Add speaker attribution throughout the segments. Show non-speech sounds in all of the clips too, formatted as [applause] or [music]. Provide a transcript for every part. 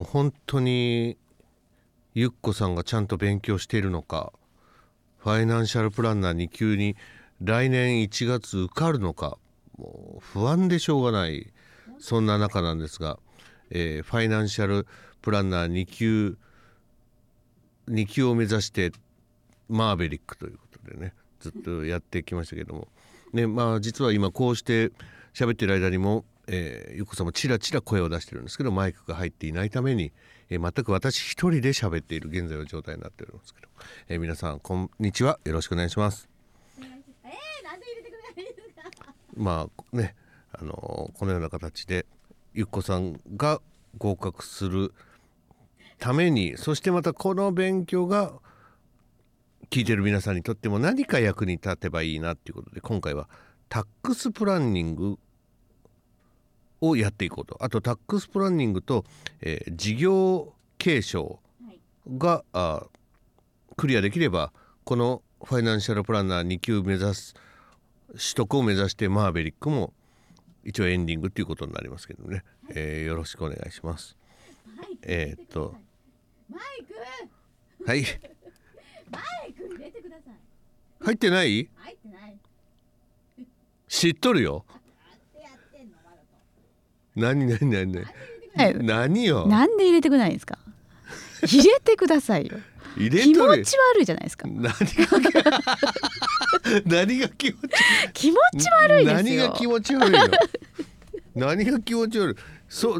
Speaker 1: 本当にゆっこさんがちゃんと勉強しているのかファイナンシャルプランナーに急に来年1月受かるのかもう不安でしょうがないそんな中なんですが、えーファイナンシャルプランナー2級2級を目指してマーベリックということでねずっとやってきましたけども、ねまあ、実は今こうして喋ってる間にも、えー、ゆっこさんもちらちら声を出してるんですけどマイクが入っていないために、えー全く私一人で喋っている現在の状態になっておりますけど、えー皆さんこんにちはよろしくお願いします。
Speaker 2: えー、なんで入れてくれないんですか。
Speaker 1: まあね、あのこのような形でゆっこさんが合格するためにそしてまたこの勉強が聞いてる皆さんにとっても何か役に立てばいいなっていうことで今回はタックスプランニングをやっていこうとあとタックスプランニングと、えー事業継承
Speaker 2: はい。
Speaker 1: があクリアできればこのファイナンシャルプランナー2級目指す取得を目指してマーベリックも一応エンディングということになりますけどね、えーよろしくお願いします。
Speaker 2: はい。
Speaker 1: えーっと
Speaker 2: マイク、
Speaker 1: はい
Speaker 2: マイク入れてください。
Speaker 1: 入ってない
Speaker 2: 入ってない。
Speaker 1: 知っとるよ
Speaker 2: なんでやってんの、まだと。
Speaker 1: 何何何何
Speaker 3: はい、
Speaker 1: 何よ
Speaker 3: なんで入れてくれないんですか。入れてくださいよ。
Speaker 1: 入
Speaker 3: 気
Speaker 1: れ
Speaker 3: 持
Speaker 1: とるよ
Speaker 3: ち悪いじゃないですか。
Speaker 1: 何が [laughs] 何が気持ち
Speaker 3: [laughs] 気持ち悪いです
Speaker 1: 何が
Speaker 3: よ。
Speaker 1: 気持ち悪いよ [laughs] 何が気持ち悪いそ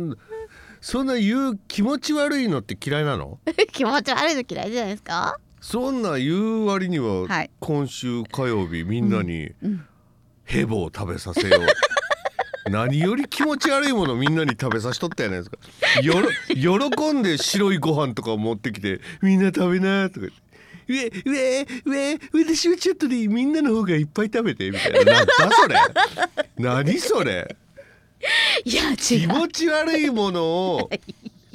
Speaker 1: そんな言う気持ち悪いのって嫌いなの
Speaker 3: [laughs] 気持ち悪いの嫌いじゃないですか。
Speaker 1: そんな言う割には、
Speaker 3: はい
Speaker 1: 今週火曜日みんなに
Speaker 3: うん
Speaker 1: ヘボを食べさせよ
Speaker 3: [laughs]
Speaker 1: う何より気持ち悪いものみんなに食べさしとったやないですかよろ喜んで白いご飯とか持ってきてみんな食べなとか言ってうえうえうえ私はちょっとでいいみんなの方がいっぱい食べてみたいななんだそれ何それ
Speaker 3: いや、違
Speaker 1: 気
Speaker 3: う。
Speaker 1: 持ち悪いものを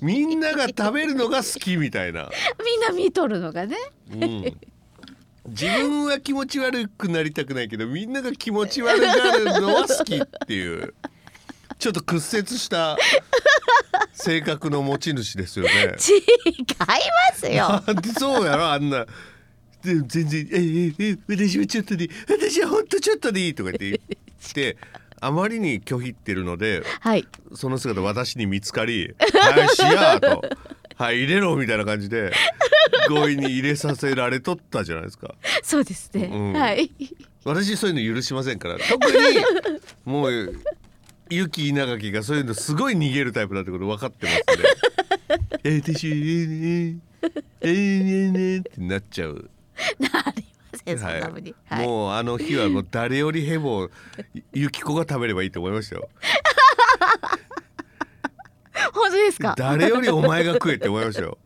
Speaker 1: みんなが食べるのが好きみた
Speaker 3: [laughs]
Speaker 1: いな、
Speaker 3: みんな見とるのがね。
Speaker 1: うん自分は気持ち悪くなりたくないけどみんなが気持ち悪がるのは好きっていうちょっと屈折した性格の持ち主ですよね。
Speaker 3: 違います
Speaker 1: [laughs]
Speaker 3: よ。
Speaker 1: なんでそうやろあんなで全然「えええ私はちょっとでいい私はほんとちょっとでいい」とか言っ
Speaker 3: [laughs]
Speaker 1: て言ってあまりに拒否ってるので。
Speaker 3: はい。
Speaker 1: その姿私に見つかり「はいしや」と「はい入れろ」みたいな感じで強引に入れさせられとったじゃないですか
Speaker 3: そうですね。
Speaker 1: うん
Speaker 3: はい。 [laughs]
Speaker 1: 私そういうの許しませんから特にもうユキ稲垣がそういうのすごい逃げるタイプだってこと分かってますねえー、ティッシュえー、えー、えー、えー、えーってなっちゃう
Speaker 3: なりません。そんなふうに。はい。
Speaker 1: もうあの日はもう誰よりヘボをユキコが食べればいいと思いましたよ
Speaker 3: 本当ですか。
Speaker 1: 誰よりお前が食えって思いましたよ。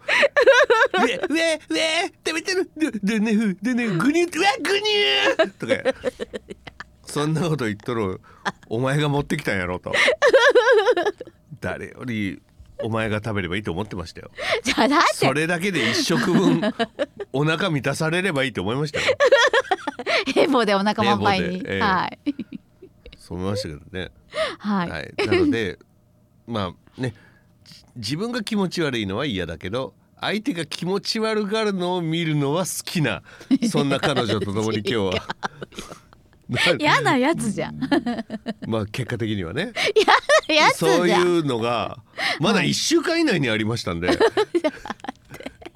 Speaker 1: うえうえうえ食べてるででねふでねぐにゅうわぐにゅーとかそんなこと言っとるお前が持ってきたんやろと誰よりお前が食べればいいと思ってましたよ
Speaker 3: じゃあ、だって
Speaker 1: そ。れだけで一食分お腹満たされればいいと思いましたよ
Speaker 3: 平凡でお腹満杯
Speaker 1: 平
Speaker 3: に
Speaker 1: 凡でえ。え
Speaker 3: はい。
Speaker 1: そう思いましたけどね
Speaker 3: はい。
Speaker 1: はい、なので [laughs] まあねじ自分が気持ち悪いのは嫌だけど相手が気持ち悪がるのを見るのは好きなそんな彼女と共に今
Speaker 3: [laughs]
Speaker 1: 日はな
Speaker 3: 嫌 [laughs] なやつじゃん。
Speaker 1: [laughs] まあ結果的にはね
Speaker 3: やつじゃん。
Speaker 1: そういうのがまだ1週間以内にありました
Speaker 3: [laughs]
Speaker 1: んで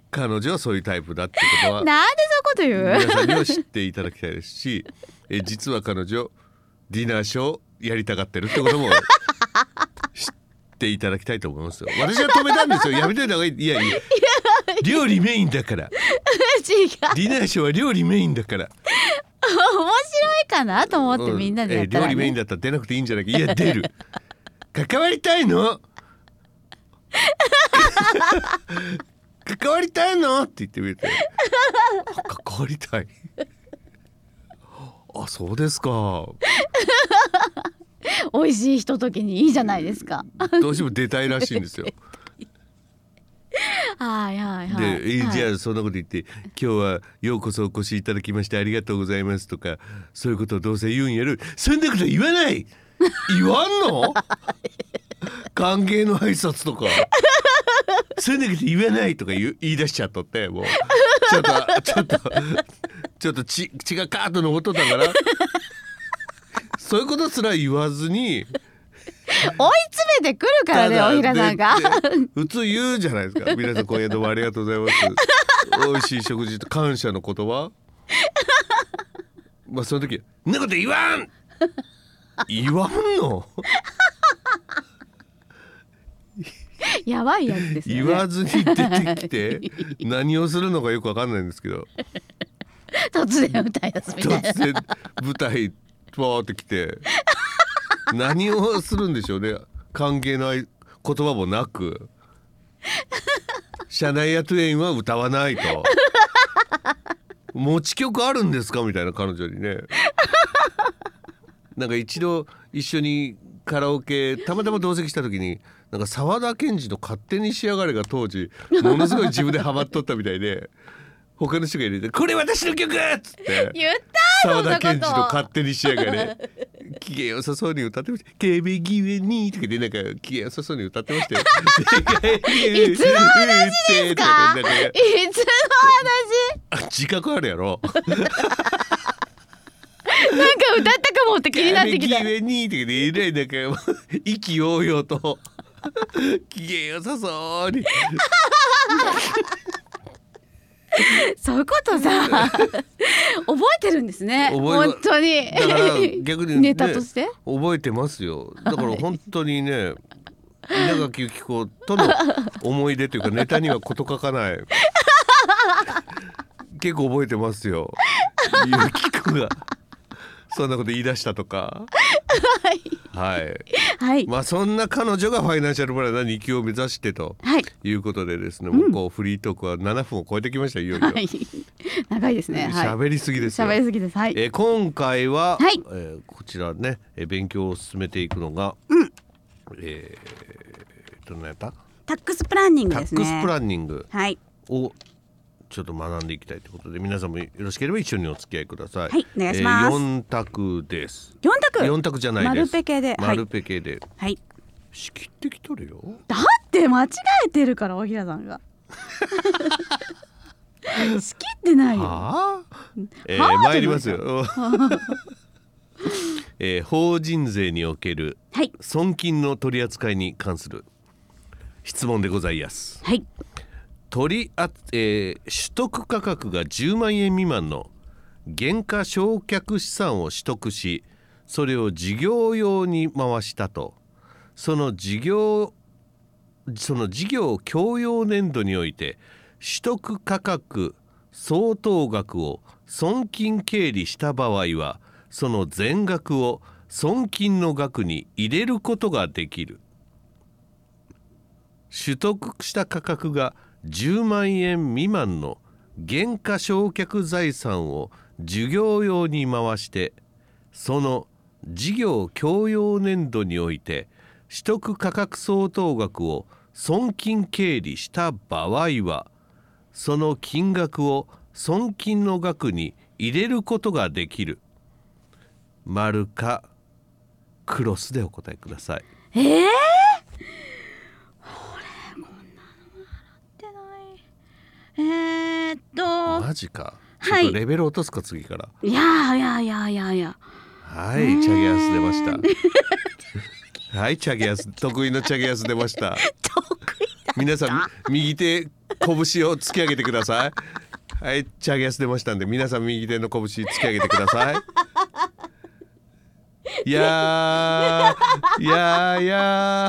Speaker 1: 彼女はそういうタイプだってことは
Speaker 3: なんでそういうこと言う。
Speaker 1: 皆さんにも知っていただきたいですしえ実は彼女ディナーショーやりたがってるってことも知っていただきたいと思いますよ私は止めたんですよやめといた方がいいいやいや料理メインだから
Speaker 3: [laughs] 違う。
Speaker 1: ディナーショーは料理メインだから
Speaker 3: 面白いかなと思って
Speaker 1: うん
Speaker 3: みんなでやった
Speaker 1: え
Speaker 3: ら、
Speaker 1: 料理メイン
Speaker 3: ね
Speaker 1: だったら出なくていいんじゃないかいや
Speaker 3: [laughs]
Speaker 1: 出る関わりたいの [laughs] 関わりたいのって言ってみ [laughs] ると関わりた
Speaker 3: [laughs]
Speaker 1: いあそうですか
Speaker 3: 美味しいひとときにいいじゃないですか。
Speaker 1: どうしても出たいらしいんですよ
Speaker 3: はいはいはい。
Speaker 1: で、え
Speaker 3: はい
Speaker 1: じゃあそんなこと言って「今日はようこそお越しいただきましてありがとうございます」とかそういうことをどうせ言うんやるそんなこと言わない
Speaker 3: [laughs]
Speaker 1: 言わんの歓迎の挨拶とかそういう時って言えないとか言う言い出しちゃっとってもうちょっとちょっとちょっと血血がカーッと残っとったからそういうことすら言わずに
Speaker 3: 詰めてくるからね
Speaker 1: ただ
Speaker 3: おひらさんが
Speaker 1: でで普通言うじゃないですか皆さん今夜どうもありがとうございます美味しい食事と感謝の言葉まあその時「んなこと言わん!」言わんの
Speaker 3: やばいやつですよ
Speaker 1: 言
Speaker 3: ね
Speaker 1: わずに出て
Speaker 3: [laughs]
Speaker 1: きて何をするのかよくわかんないんですけど
Speaker 3: 突然歌い出すみたい
Speaker 1: 突然舞台バーって来て何をするんでしょうね関係ない言葉もなく社内やトゥエインは歌わないと持ち曲あるんですかみたいな彼女にねなんか一度一緒にカラオケたまたま同席した時になんか沢田研二の「勝手に仕上がれ」が当時ものすごい自分でハマっとったみたいで他の人が入れて「これ私の曲!」っつって
Speaker 3: な言ったそ
Speaker 1: 沢
Speaker 3: んなこ
Speaker 1: 田
Speaker 3: と
Speaker 1: 研二の勝手に仕上がれ
Speaker 3: [laughs]
Speaker 1: 機嫌よさそうに歌ってました「ケベギウェニー」とかでなんか機嫌よさそうに歌ってましたよ。い
Speaker 3: いつの
Speaker 1: 話です
Speaker 3: かいつの
Speaker 1: 自覚あるやろ。
Speaker 3: 話なんか歌ったかもって気になってきた
Speaker 1: 右上にとかでえらいなんか [laughs] 意気揚々と [laughs] 機嫌よさそうに
Speaker 3: そういうこと
Speaker 1: [laughs]
Speaker 3: さ覚えてるんですね
Speaker 1: 覚えま
Speaker 3: 本当に
Speaker 1: だから逆に、ね、
Speaker 3: ネタとして
Speaker 1: 覚えてますよだから本当にね稲垣由紀子との思い出というかネタには事欠
Speaker 3: [laughs]
Speaker 1: かない結構覚えてますよ由紀子がそんなこと言い出したとかはい
Speaker 3: はい
Speaker 1: まあそんな彼女がファイナンシャルプランナー2級を目指してと
Speaker 3: はい
Speaker 1: いうことでですね、もうこうフリートークは7分を超えてきましたいよいよ
Speaker 3: はい長いですね
Speaker 1: 喋、
Speaker 3: はい
Speaker 1: りすぎですよ
Speaker 3: 喋りすぎですはい
Speaker 1: えー今回は、
Speaker 3: はい
Speaker 1: えーこちらね、えー勉強を進めていくのが、えーどんなやった
Speaker 4: タックスプランニング
Speaker 1: タ
Speaker 4: で
Speaker 1: ッ
Speaker 4: すね
Speaker 1: クスプランニング
Speaker 4: はい
Speaker 1: をちょっと学んでいきたいということで皆さんもよろしければ一緒にお付き合いください。
Speaker 4: はいお願いします
Speaker 1: えー四択です。
Speaker 4: 四択
Speaker 1: 四択じゃないです。
Speaker 4: 丸ペケではい
Speaker 1: 丸ペケで、
Speaker 4: はい
Speaker 1: 仕切ってきとるよ。
Speaker 3: だ
Speaker 4: で間違えてるから大平さん
Speaker 1: [laughs]
Speaker 4: が好きってないよ
Speaker 1: はあ、えー
Speaker 4: はあ
Speaker 1: 参りますよ。えー法人税における
Speaker 4: はい
Speaker 1: 損金の取り扱いに関する質問でございます。
Speaker 4: はい
Speaker 1: 取りあ、えー取得価格が10万円未満の減価償却資産を取得し、それを事業用に回したと、その事業その事業強要年度において取得価格相当額を損金経理した場合はその全額を損金の額に入れることができる取得した価格が10万円未満の減価償却財産を事業用に回してその事業強要年度において取得価格相当額を損金経理した場合はその金額を損金の額に入れることができる丸かクロスでお答えください
Speaker 4: ええこれこんなの洗ってないえー、っと
Speaker 1: マジかちょ
Speaker 4: は
Speaker 1: っ
Speaker 4: い
Speaker 1: とレベル落とすか次から
Speaker 4: いやいやいやいやいや
Speaker 1: はい、チャゲアス出ました。 [laughs] はい、チャゲアス、得意のチャゲアス出ました。
Speaker 4: 得
Speaker 1: 皆さん、右手、拳を突き上げてください。はい、チャゲアス出ましたんで、皆さん右手の拳突き上げてください。いやー、いやー、いや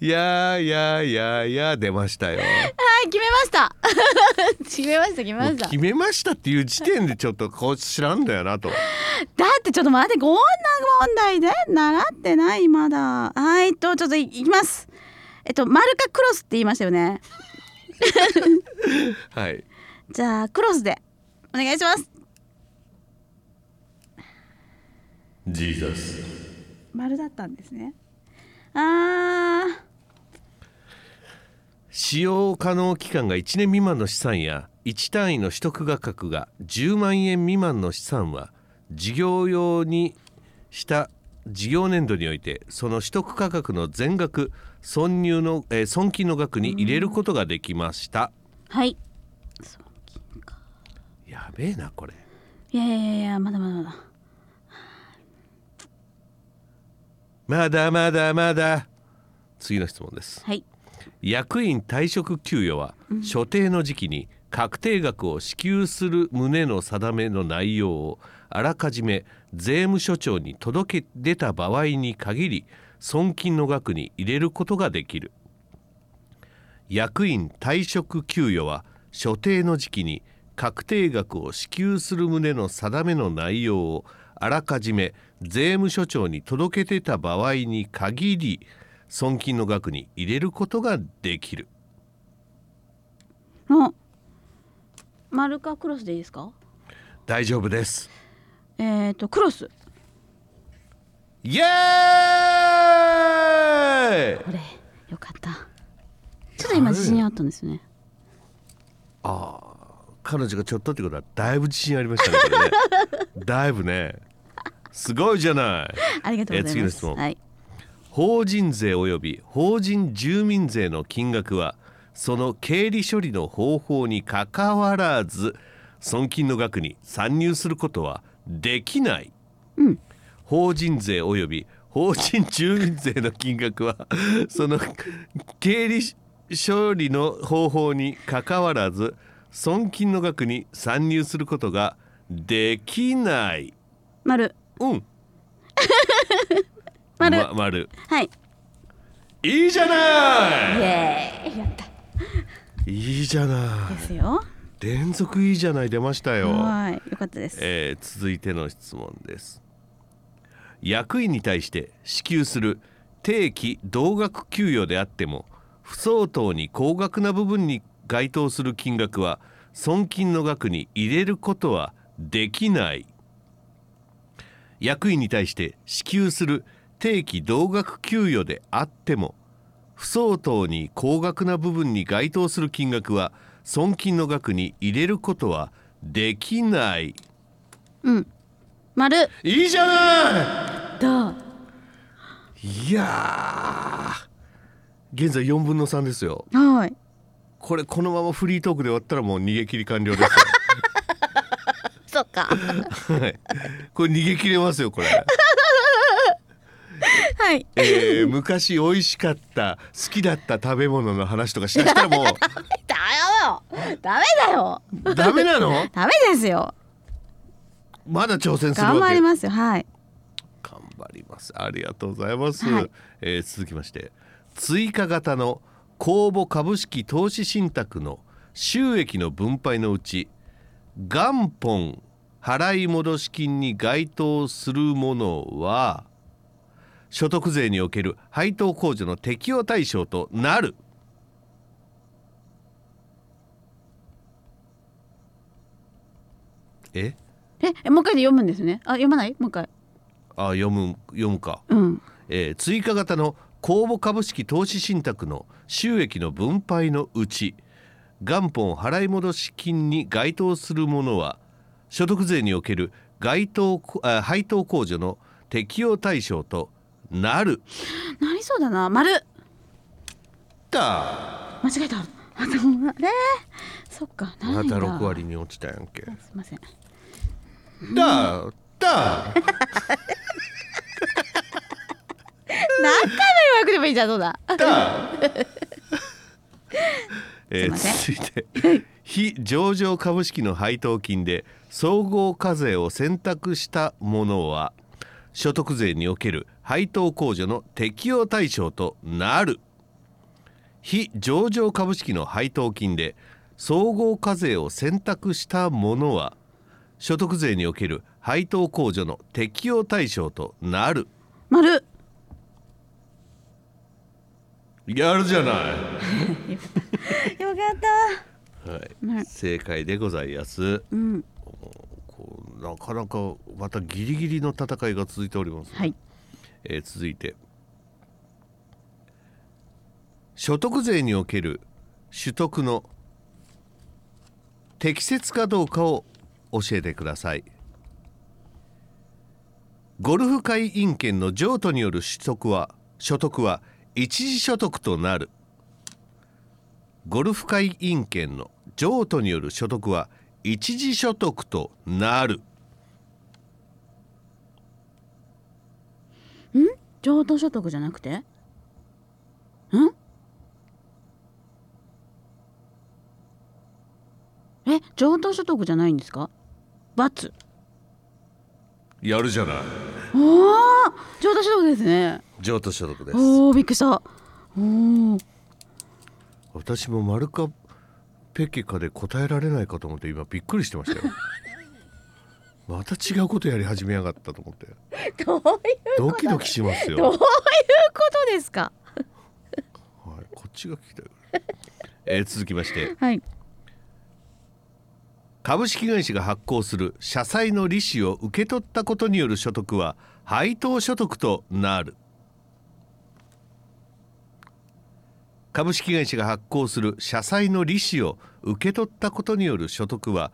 Speaker 1: ー、いやー、いやー、いやー、いやー、出ましたよ。
Speaker 3: はい決めました
Speaker 4: [laughs]
Speaker 3: 決めました決めま
Speaker 1: もう
Speaker 3: した
Speaker 1: 決めましたっていう時点で、ちょっとこう知らんだよなと。
Speaker 4: だってちょっと待ってこんな問題で習ってないまだはいとちょっといいきますえっと丸かクロスって言いましたよね
Speaker 1: はい。
Speaker 4: じゃあクロスでお願いします
Speaker 1: ジーザス。
Speaker 4: 丸だったんですねあー
Speaker 1: 使用可能期間が1年未満の資産や1単位の取得価格が10万円未満の資産は事業用にした事業年度においてその取得価格の全額損入の、えー損金の額に入れることができました、
Speaker 4: はい
Speaker 1: やべえなこれ
Speaker 4: いやいやいやいやまだまだまだ
Speaker 1: まだまだまだ次の質問です
Speaker 4: はい
Speaker 1: 役員退職給与は所定の時期に確定額を支給する旨の定めの内容をあらかじめ税務署長に届け出た場合に限り損金の額に入れることができる役員退職給与は所定の時期に確定額を支給する旨の定めの内容をあらかじめ税務署長に届け出た場合に限り損金の額に入れることができる
Speaker 4: の丸かクロスでいいですか
Speaker 1: 大丈夫です
Speaker 4: えっ、ー、とクロス
Speaker 1: イエーイ
Speaker 4: これよかったちょっと今自信あったんですよね
Speaker 1: 彼女がちょっとってことはだいぶ自信ありましたねこれねだいぶねすごいじゃない
Speaker 4: ありがとうござ
Speaker 1: え
Speaker 4: い
Speaker 1: ー次の
Speaker 4: ま
Speaker 1: 質
Speaker 4: す
Speaker 1: 問
Speaker 4: はい
Speaker 1: 法人税及び法人住民税の金額はその経理処理の方法にかかわらず損金の額に算入することはできない、法人税及び法人住民税の金額はその経理処理の方法にかかわらず損金の額に算入することができない。
Speaker 4: 丸
Speaker 1: うん。
Speaker 4: 丸
Speaker 1: ま丸。
Speaker 4: はい
Speaker 1: いいじゃない
Speaker 4: イ。エーイやった
Speaker 1: いいじゃない
Speaker 4: ですよ
Speaker 1: 連続いいじゃない出ましたよ、
Speaker 4: はいよかったです
Speaker 1: えー続いての質問です役員に対して支給する定期同額給与であっても不相当に高額な部分に該当する金額は損金の額に入れることはできない役員に対して支給する定期同額給与であっても不相当に高額な部分に該当する金額は損金の額に入れることはできない
Speaker 4: 丸
Speaker 1: いいじゃな
Speaker 4: どう
Speaker 1: いいやー現在4分の3ですよ
Speaker 4: はい
Speaker 1: これこのままフリートークで終わったらもう逃げ切り完了です [laughs]
Speaker 4: そっ
Speaker 1: よ
Speaker 4: か
Speaker 1: はいこれ逃げ切れますよこれ、
Speaker 4: はい
Speaker 1: えー昔美味しかった好きだった食べ物の話とかしだしたらも
Speaker 4: ダメだよダメだよ
Speaker 1: うダメなの
Speaker 4: ダメですよ
Speaker 1: まだ挑戦するわけ
Speaker 4: 頑張りますよはい
Speaker 1: 頑張りますありがとうございます、
Speaker 4: はい
Speaker 1: えー続きまして追加型の公募株式投資信託の収益の分配のうち元本払い戻し金に該当するものは所得税における配当控除の適用対象となるえ
Speaker 4: ええもう一回で読むんですねあ読まないもう一回
Speaker 1: あ読む読むか
Speaker 4: うん
Speaker 1: えー追加型の公募株式投資信託の収益の分配のうち元本払い戻し金に該当するものは所得税における該当あ配当控除の適用対象となる
Speaker 4: なりそうだな丸
Speaker 1: だ
Speaker 4: 間違えたあでもあれそっかならな
Speaker 1: ま
Speaker 4: いん
Speaker 1: た
Speaker 4: だ
Speaker 1: 6割に落ちたやんけ
Speaker 4: すいません
Speaker 1: だだ
Speaker 4: 何回も予約でもいいじゃんどうだ
Speaker 1: [laughs] え
Speaker 4: すいませ
Speaker 1: ー、続いて非上場株式の配当金で総合課税を選択したものは所得税における配当控除の適用対象となる非上場株式の配当金で総合課税を選択したものは所得税における配当控除の適用対象となる
Speaker 4: 丸
Speaker 1: やるじゃない
Speaker 4: よかった
Speaker 1: はい、正解でございます。
Speaker 4: ん
Speaker 1: こうなかなかまたギリギリの戦いが続いております。
Speaker 4: はい
Speaker 1: えー続いて所得税における取得の適切かどうかを教えてくださいゴルフ会員権の譲渡による取得は所得は一時所得となるゴルフ会員権の譲渡による所得は一時所得となる
Speaker 4: 譲渡所得じゃなくてんえ譲渡所得じゃないんですか罰
Speaker 1: やるじゃない
Speaker 4: おー譲渡所得ですね
Speaker 1: 譲渡所得です
Speaker 4: おーびっくりしたおー
Speaker 1: 私も丸かペケかで答えられないかと思って今びっくりしてましたよ [laughs] また違うことやり始めやがったと思って
Speaker 4: どういうこと
Speaker 1: ドキドキしますよ
Speaker 4: どういうことですか
Speaker 1: はい、こっちが聞きたいぐらいえー続きまして
Speaker 4: はい
Speaker 1: 株式会社が発行する社債の利子を受け取ったことによる所得は配当所得となる株式会社が発行する社債の利子を受け取ったことによる所得は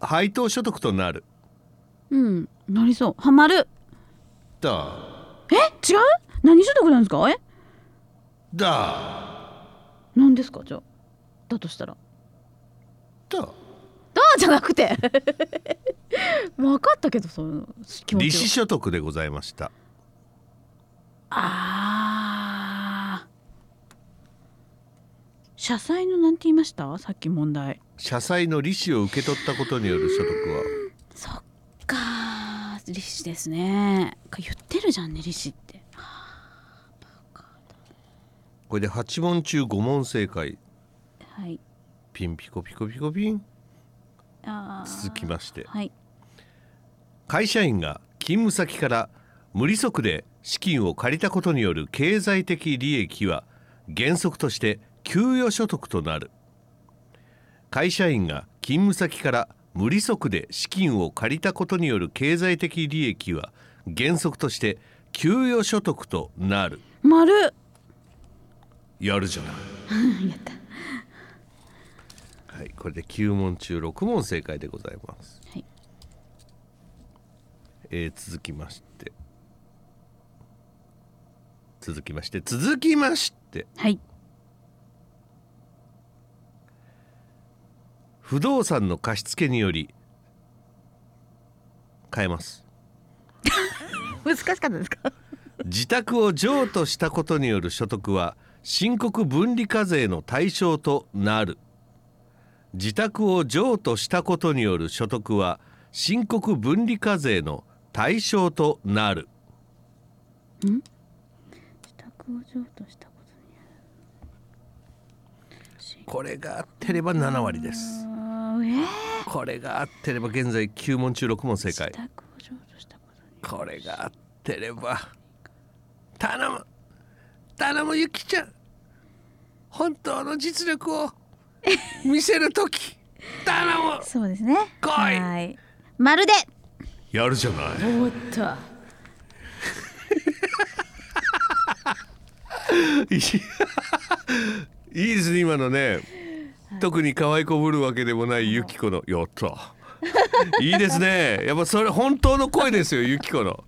Speaker 1: 配当所得となる
Speaker 4: うんなりそうハマる
Speaker 1: だ
Speaker 4: え違う何所得なんですかえ
Speaker 1: だ
Speaker 4: 何ですかじゃあだとしたら
Speaker 1: だ
Speaker 4: だじゃなくて [laughs] 分かったけどその気持
Speaker 1: 利子
Speaker 4: ちは
Speaker 1: 所得でございました
Speaker 4: あー社債のなんて言いましたさっき問題
Speaker 1: 社債の利子を受け取ったことによる所得は
Speaker 4: そっかー利子ですねか言ってるじゃんね利子って
Speaker 1: これで8問中5問正解
Speaker 4: はい
Speaker 1: ピンピコピコピコピン
Speaker 4: あー
Speaker 1: 続きまして
Speaker 4: はい
Speaker 1: 会社員が勤務先から無利息で資金を借りたことによる経済的利益は原則として給与所得となる会社員が勤務先から無利息で資金を借りたことによる経済的利益は原則として給与所得となる
Speaker 4: 丸や
Speaker 1: やるじゃ
Speaker 4: [laughs]
Speaker 1: ない
Speaker 4: った
Speaker 1: はい、これで9問中6問正解でございます。
Speaker 4: はい
Speaker 1: えー続きまして。続きまして、続きまして、
Speaker 4: はい
Speaker 1: 不動産の貸付により。変えます。
Speaker 4: 難しかったですか
Speaker 1: 自宅を譲渡したことによる所得は申告分離課税の対象となる自宅を譲渡したことによる所得は申告分離課税の対象となる
Speaker 4: 自宅を譲渡したことに
Speaker 1: これがあってれば7割です
Speaker 4: あーえー
Speaker 1: これがあってれば現在9問中6問正解
Speaker 4: 自宅を譲渡したことに
Speaker 1: これがあってれば頼む頼むゆきちゃん本当の実力を見せるとき頼む
Speaker 4: そうですね
Speaker 1: 来い
Speaker 4: はいまるで
Speaker 1: やるじゃない
Speaker 4: おっと
Speaker 1: [laughs] いやいいですね今のね、特に可愛こぶるわけでもないゆきこのや
Speaker 4: [laughs]
Speaker 1: ったいいですねやっぱそれ本当の声ですよゆきこの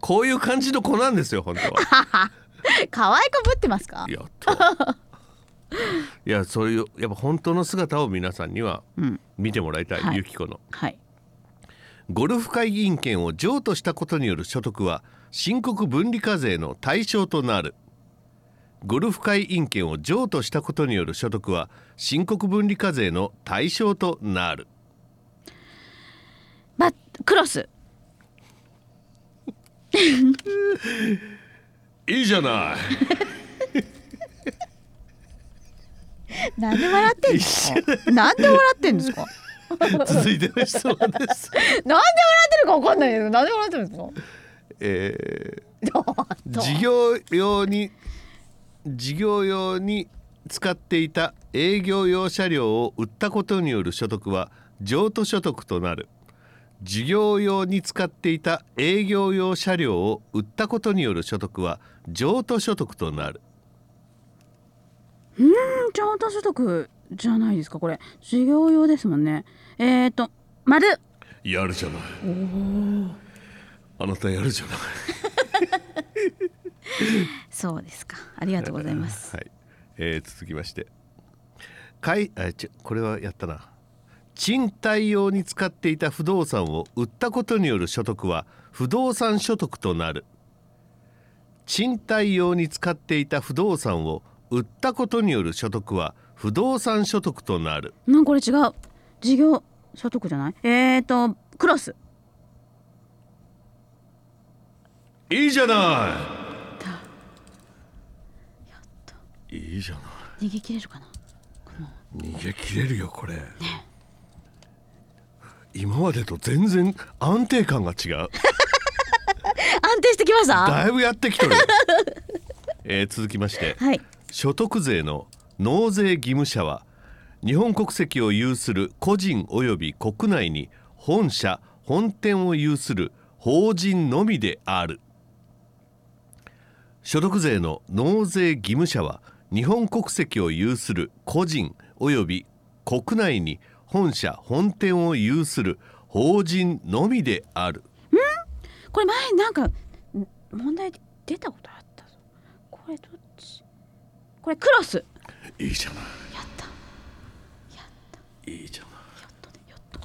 Speaker 1: こういう感じの子なんですよ本当は
Speaker 4: [laughs] 可愛くぶってますか
Speaker 1: やったいやそういうやっぱ本当の姿を皆さんには
Speaker 4: うん
Speaker 1: 見てもらいたい、
Speaker 4: はい
Speaker 1: ゆきこの
Speaker 4: はい
Speaker 1: ゴルフ会議員権を譲渡したことによる所得は申告分離課税の対象となるゴルフ会員権を譲渡したことによる所得は申告分離課税の対象となる
Speaker 4: まクロス
Speaker 1: いいじゃない
Speaker 4: なんで笑ってんですかなんで笑ってんですか
Speaker 1: [laughs] 続いての質問です、
Speaker 4: なんで笑ってるかわかんないですなんで笑ってるんですか
Speaker 1: え
Speaker 4: どう [laughs]
Speaker 1: ー事業用に事業用に使っていた営業用車両を売ったことによる所得は譲渡所得となる事業用に使っていた営業用車両を売ったことによる所得は譲渡所得となる
Speaker 4: 譲渡所得じゃないですかこれ事業用ですもんねえーと丸
Speaker 1: やるじゃないあなたやるじゃない
Speaker 4: そうですか。ありがとうございます。
Speaker 1: はい、えー続きましてかいあちこれはやったな賃貸用に使っていた不動産を売ったことによる所得は不動産所得となる賃貸用に使っていた不動産を売ったことによる所得は不動産所得となる
Speaker 4: [laughs] なんかこれ違う。事業所得じゃない？えっ、ー、とクロス。
Speaker 1: いいじゃないいいじゃない
Speaker 4: 逃げ切れるかな。
Speaker 1: 逃げ切れるよこれ、今までと全然安定感が違う
Speaker 4: 安定してきました。
Speaker 1: だいぶやってきとるよ、えー続きまして
Speaker 4: はい。
Speaker 1: 所得税の納税義務者は日本国籍を有する個人及び国内に本社本店を有する法人のみである所得税の納税義務者は日本国籍を有する個人及び国内に本社本店を有する法人のみである
Speaker 4: これ前なんかん問題で出たことあったぞ。これどっち？これクロス。
Speaker 1: いいじゃな
Speaker 4: やった。やった。
Speaker 1: いいいじゃない
Speaker 4: やっとね。やっと。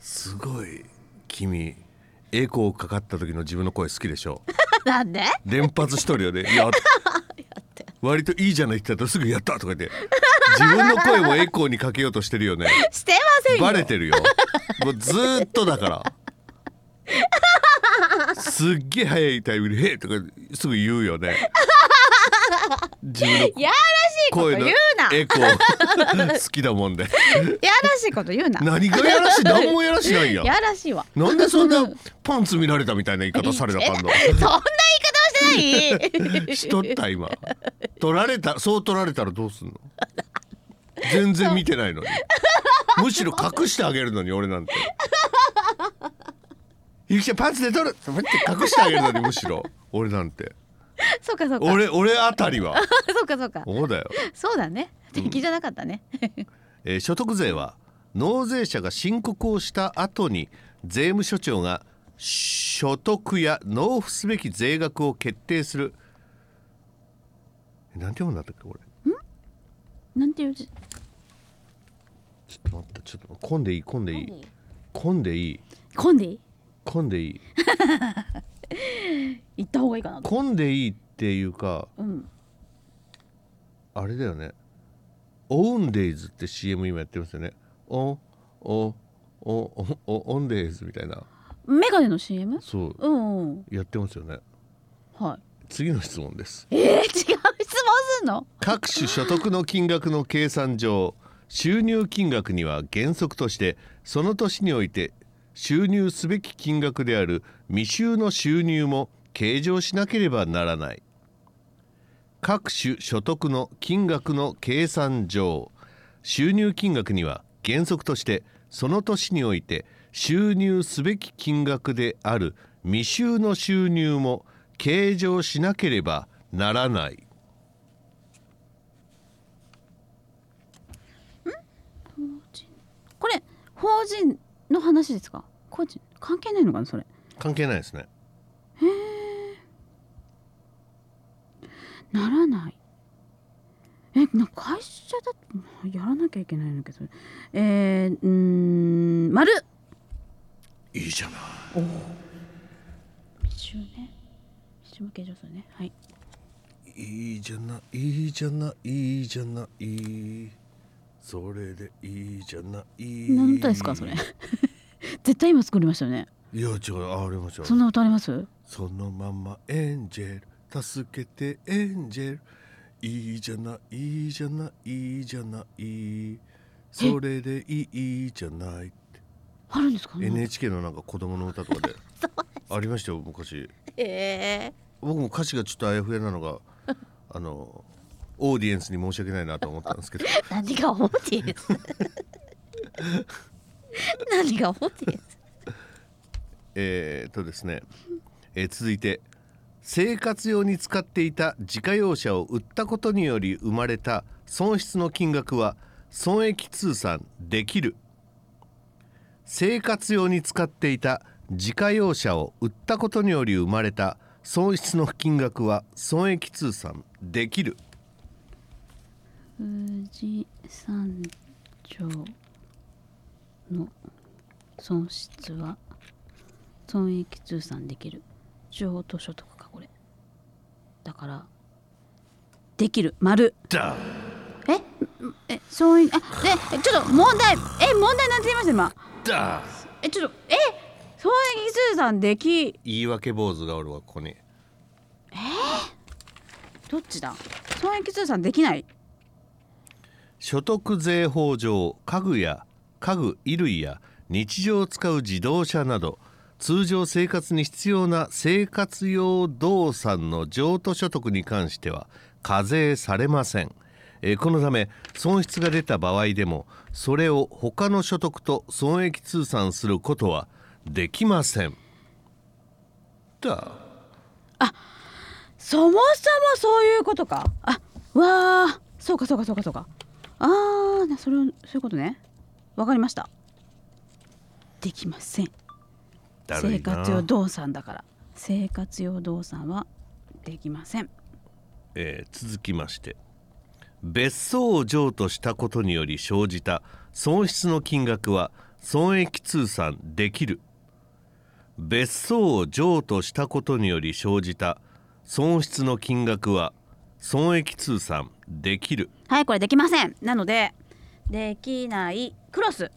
Speaker 1: すごい君エコーかかった時の自分の声好きでしょ
Speaker 4: なんで？
Speaker 1: 連発しとるよね
Speaker 4: [laughs]
Speaker 1: やっ割といいじゃないって言ったらすぐやったとか言って自分の声もエコーにかけようとしてるよね
Speaker 4: してませんよ。
Speaker 1: バレてるよもうずーっとだ
Speaker 4: [laughs]
Speaker 1: からすっげえ早いタイミングで「へえ」とかすぐ言うよ
Speaker 4: [laughs]
Speaker 1: ね自分の
Speaker 4: いやらしいこと
Speaker 1: 声
Speaker 4: 言う
Speaker 1: の
Speaker 4: な。
Speaker 1: エコー [laughs] 好きだもんで
Speaker 4: いやらしいこと言うな。
Speaker 1: 何がやらしい何もやらしないやん
Speaker 4: やらしいわ。
Speaker 1: なんでそんなパンツ見られたみたいな言い方さ [laughs] れなあかんの
Speaker 4: [laughs] そんな言い方はしてない。 [laughs]
Speaker 1: しとった今取られたそう取られたらどうすんの全然見てないのにむしろ隠してあげるのに俺なんてゆきちゃんパンツで取るそうやって隠してあげるのにむしろ俺なんて
Speaker 4: そうかそうか。
Speaker 1: 俺俺あたりは
Speaker 4: [laughs] そうかそうか。
Speaker 1: そうだよ
Speaker 4: そうだね。敵じゃなかったね。
Speaker 1: えー所得税は納税者が申告をした後に税務署長が所得や納付すべき税額を決定するえなんて読むんだったっけこれ
Speaker 4: なんていう字。
Speaker 1: 待ってちょっと混んでいい混んでいい
Speaker 3: 混んでいい
Speaker 1: 混んでいい
Speaker 4: コン
Speaker 1: 混ん
Speaker 4: ディ
Speaker 1: でいい
Speaker 4: 行った方がいいかな。
Speaker 1: 混んでいいっていうか
Speaker 4: うん。
Speaker 1: あれだよねオウンデイズって CM 今やってますよねオンオンオンオンオンデイズみたいな
Speaker 4: メガネの CM？
Speaker 1: そう
Speaker 4: うんうん。
Speaker 1: やってますよね
Speaker 4: は
Speaker 1: 次の質問です
Speaker 4: い。えー、違う質問すんの？
Speaker 1: 各種所得の金額の計算上収入金額には原則としてその年において収入すべき金額である未収の収入も計上しなければならない各種所得の金額の計算上収入金額には原則としてその年において収入すべき金額である未収の収入も計上しなければならない
Speaker 4: これ法人の話ですか？個人関係ないのかなそれ？
Speaker 1: 関係ないですね
Speaker 4: ならない。え、な会社だとやらなきゃいけないんだけど。えー、うーん、丸。
Speaker 1: いいじゃない
Speaker 4: 未収ね。未収も計上するね。はい。
Speaker 1: いいじゃないいいじゃないいいじゃないそれでいいじゃない
Speaker 4: 何ですかそれ絶対今作りましたよね
Speaker 1: いや違うありました
Speaker 4: そんな歌あります
Speaker 1: そのままエンジェル助けてエンジェルいいじゃないいいじゃないいいじゃないそれでいいじゃないって
Speaker 4: あるんですか
Speaker 1: NHK のなんか子供の歌と
Speaker 4: [laughs]
Speaker 1: かでありましたよ昔
Speaker 4: え
Speaker 1: 僕も歌詞がちょっとあやふやなのがあのオーディエンスに申し訳ないなと思ったんですけど
Speaker 4: ー、何がオーディエンス何がオーディエンス
Speaker 1: えー、っとですね、えー続いて生活用に使っていた自家用車を売ったことにより生まれた損失の金額は損益通算できる生活用に使っていた自家用車を売ったことにより生まれた損失の金額は損益通算できる
Speaker 4: 富士山頂の損失は損益通算できる譲渡所得かこれだからできる丸
Speaker 1: だ
Speaker 4: ええ損益あえちょっと問題え問題なんて言いました今
Speaker 1: だ
Speaker 4: えちょっとえ損益通算でき
Speaker 1: 言い訳坊主がおるわここに
Speaker 4: どっちだ損益通算できない
Speaker 1: 所得税法上家具や家具衣類や日常使う自動車など通常生活に必要な生活用動産の譲渡所得に関しては課税されませんえーこのため損失が出た場合でもそれを他の所得と損益通算することはできませんだ
Speaker 4: そもそもそういうことかあわあそうかそうかそうかそうかあーなそれをそういうことねわかりましたできません
Speaker 1: だる
Speaker 4: 生
Speaker 1: いな
Speaker 4: 活用動産だから生活用動産はできません
Speaker 1: えー続きまして別荘を譲渡したことにより生じた損失の金額は損益通算できる別荘を譲渡したことにより生じた損失の金額は損益通算できる
Speaker 4: はいこれできませんなのでできないクロス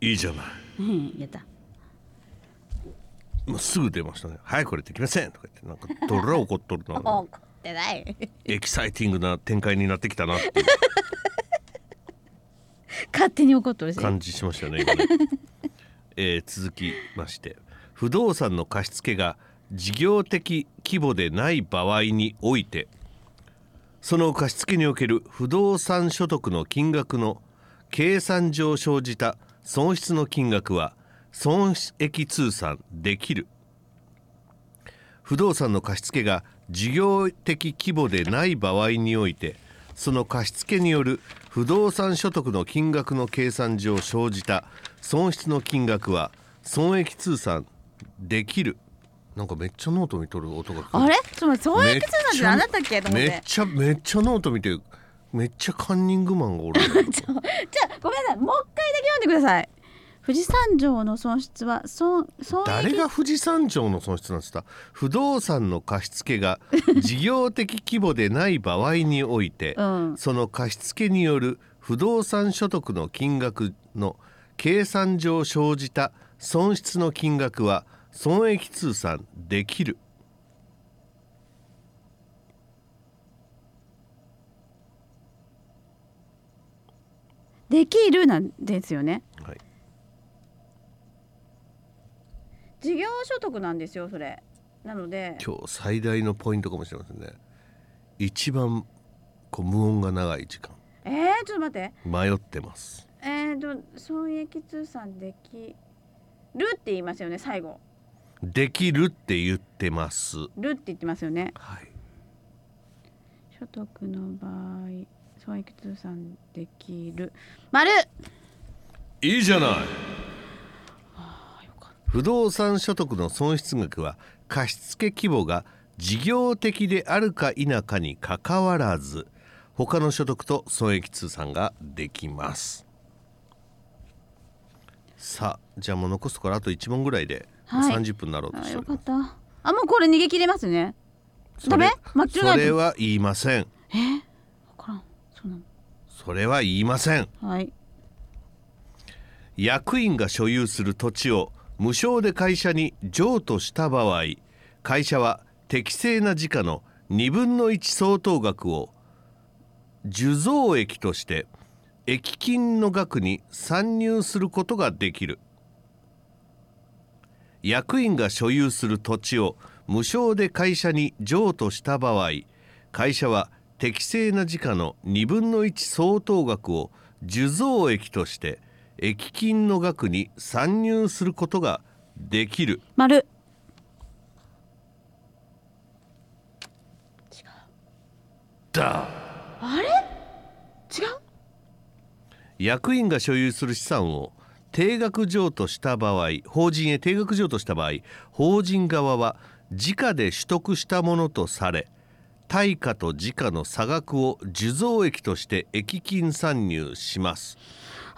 Speaker 1: いいじゃない
Speaker 4: うんやった
Speaker 1: もうすぐ出ましたね「はいこれできません」とか言ってなんかどれ怒っとる
Speaker 4: [laughs]
Speaker 1: な
Speaker 4: 怒ってない [laughs]
Speaker 1: エキサイティングな展開になってきたなって
Speaker 4: 勝手に怒っとるし
Speaker 1: 感じしましたね今 [laughs] ねえー続きまして不動産の貸付が事業的規模でない場合においてその貸付における不動産所得の金額の計算上生じた損失の金額は損益通算できる不動産の貸付が事業的規模でない場合においてその貸付による不動産所得の金額の計算上生じた損失の金額は損益通算できるなんかめっちゃノート見とる音が聞こえる
Speaker 4: あれちょっと待ってそう
Speaker 1: め
Speaker 4: い
Speaker 1: っ
Speaker 4: う
Speaker 1: ち
Speaker 4: 靴なんて
Speaker 1: ゃ
Speaker 4: 何だったっけと思っ
Speaker 1: め
Speaker 4: て [laughs]
Speaker 1: っちゃめっちゃノート見てめっちゃカンニングマンがおる
Speaker 4: [laughs] じゃあごめんなさいもう一回だけ読んでください富士山城の損失は損損
Speaker 1: 誰
Speaker 4: 益
Speaker 1: が富士山町の損失なんつった不動産の貸付が事業的規模でない場合において、
Speaker 4: うん
Speaker 1: その貸付による不動産所得の金額の計算上生じた損失の金額は損益通算できる
Speaker 4: できるなんですよね
Speaker 1: はい
Speaker 4: 事業所得なんですよそれなので
Speaker 1: 今日最大のポイントかもしれませんね一番こう無音が長い時間
Speaker 4: えー、ちょっと待って
Speaker 1: 迷ってます
Speaker 4: えー、と損益通算できるって言いますよね最後
Speaker 1: できるって言ってます
Speaker 4: るって言ってますよね
Speaker 1: はい
Speaker 4: 所得の場合損益通算できる丸
Speaker 1: いいじゃない不動産所得の損失額は貸付規模が事業的であるか否かにかかわらず他の所得と損益通算ができますさあじゃあもう残すところあと1問ぐらいで、
Speaker 4: はい
Speaker 1: 30分になろうと
Speaker 4: あ
Speaker 1: してお
Speaker 4: よ
Speaker 1: り
Speaker 4: か
Speaker 1: ま
Speaker 4: ったあもうこれ逃げ切れますね
Speaker 1: す
Speaker 4: ダメ間違
Speaker 1: そ
Speaker 4: え
Speaker 1: れ
Speaker 4: た
Speaker 1: それは言いません
Speaker 4: えー、分からんそうな
Speaker 1: それは言いません
Speaker 4: のはい
Speaker 1: 役員が所有する土地を無償で会社に譲渡した場合会社は適正な時価の2分の1相当額を受贈益として益金の額に算入することができる役員が所有する土地を無償で会社に譲渡した場合会社は適正な時価の2分の1相当額を受贈益として益金の額に算入することができる
Speaker 4: 丸
Speaker 1: だ
Speaker 4: 違う
Speaker 1: 役員が所有する資産を定額譲渡した場合法人へ定額譲渡した場合法人側は時価で取得したものとされ対価と時価の差額を受贈益として益金算入します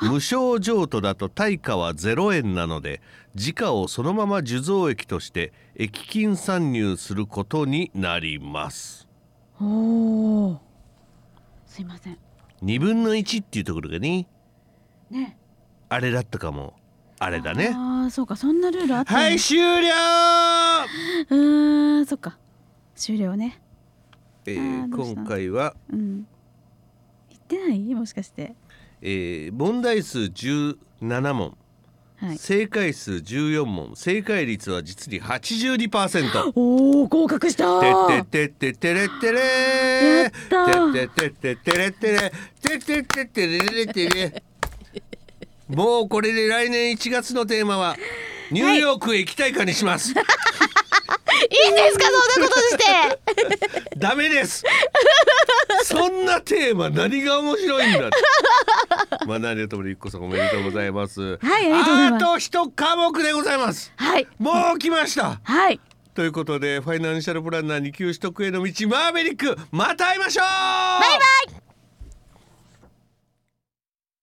Speaker 1: 無償譲渡だと対価は0円なので時価をそのまま受贈益として益金算入することになります
Speaker 3: おお
Speaker 4: すいません
Speaker 1: 2分の1っていうところがね
Speaker 4: ね
Speaker 1: あれだったかもあれだね
Speaker 4: ああそうかそんなルールあったの
Speaker 1: はい終了、
Speaker 4: うーんそっか終了ね
Speaker 1: え
Speaker 4: あー
Speaker 1: ー
Speaker 4: どうした
Speaker 1: 今回は、
Speaker 4: うん言ってないもしかして
Speaker 1: えー問題数17問、
Speaker 4: はい
Speaker 1: 正解数14問正解率は実に82%
Speaker 3: おお合格したー
Speaker 1: てってってってれってれ
Speaker 4: やったー
Speaker 1: てってってってってれってれてってってってれれってれもうこれで来年1月のテーマはニューヨークへ行きたいかにします、
Speaker 3: いいんですかそんなことして
Speaker 1: ダメですそんなテーマ何が面白いんだって
Speaker 4: [laughs]
Speaker 1: まあ何はともりゆっこさんおめでとうございます
Speaker 4: はいありがとうございます
Speaker 1: あと一科目でございます
Speaker 4: [laughs] はい
Speaker 1: もう来ました
Speaker 4: はい
Speaker 1: ということでファイナンシャルプランナー2級取得への道マーベリックまた会いましょうバイバイ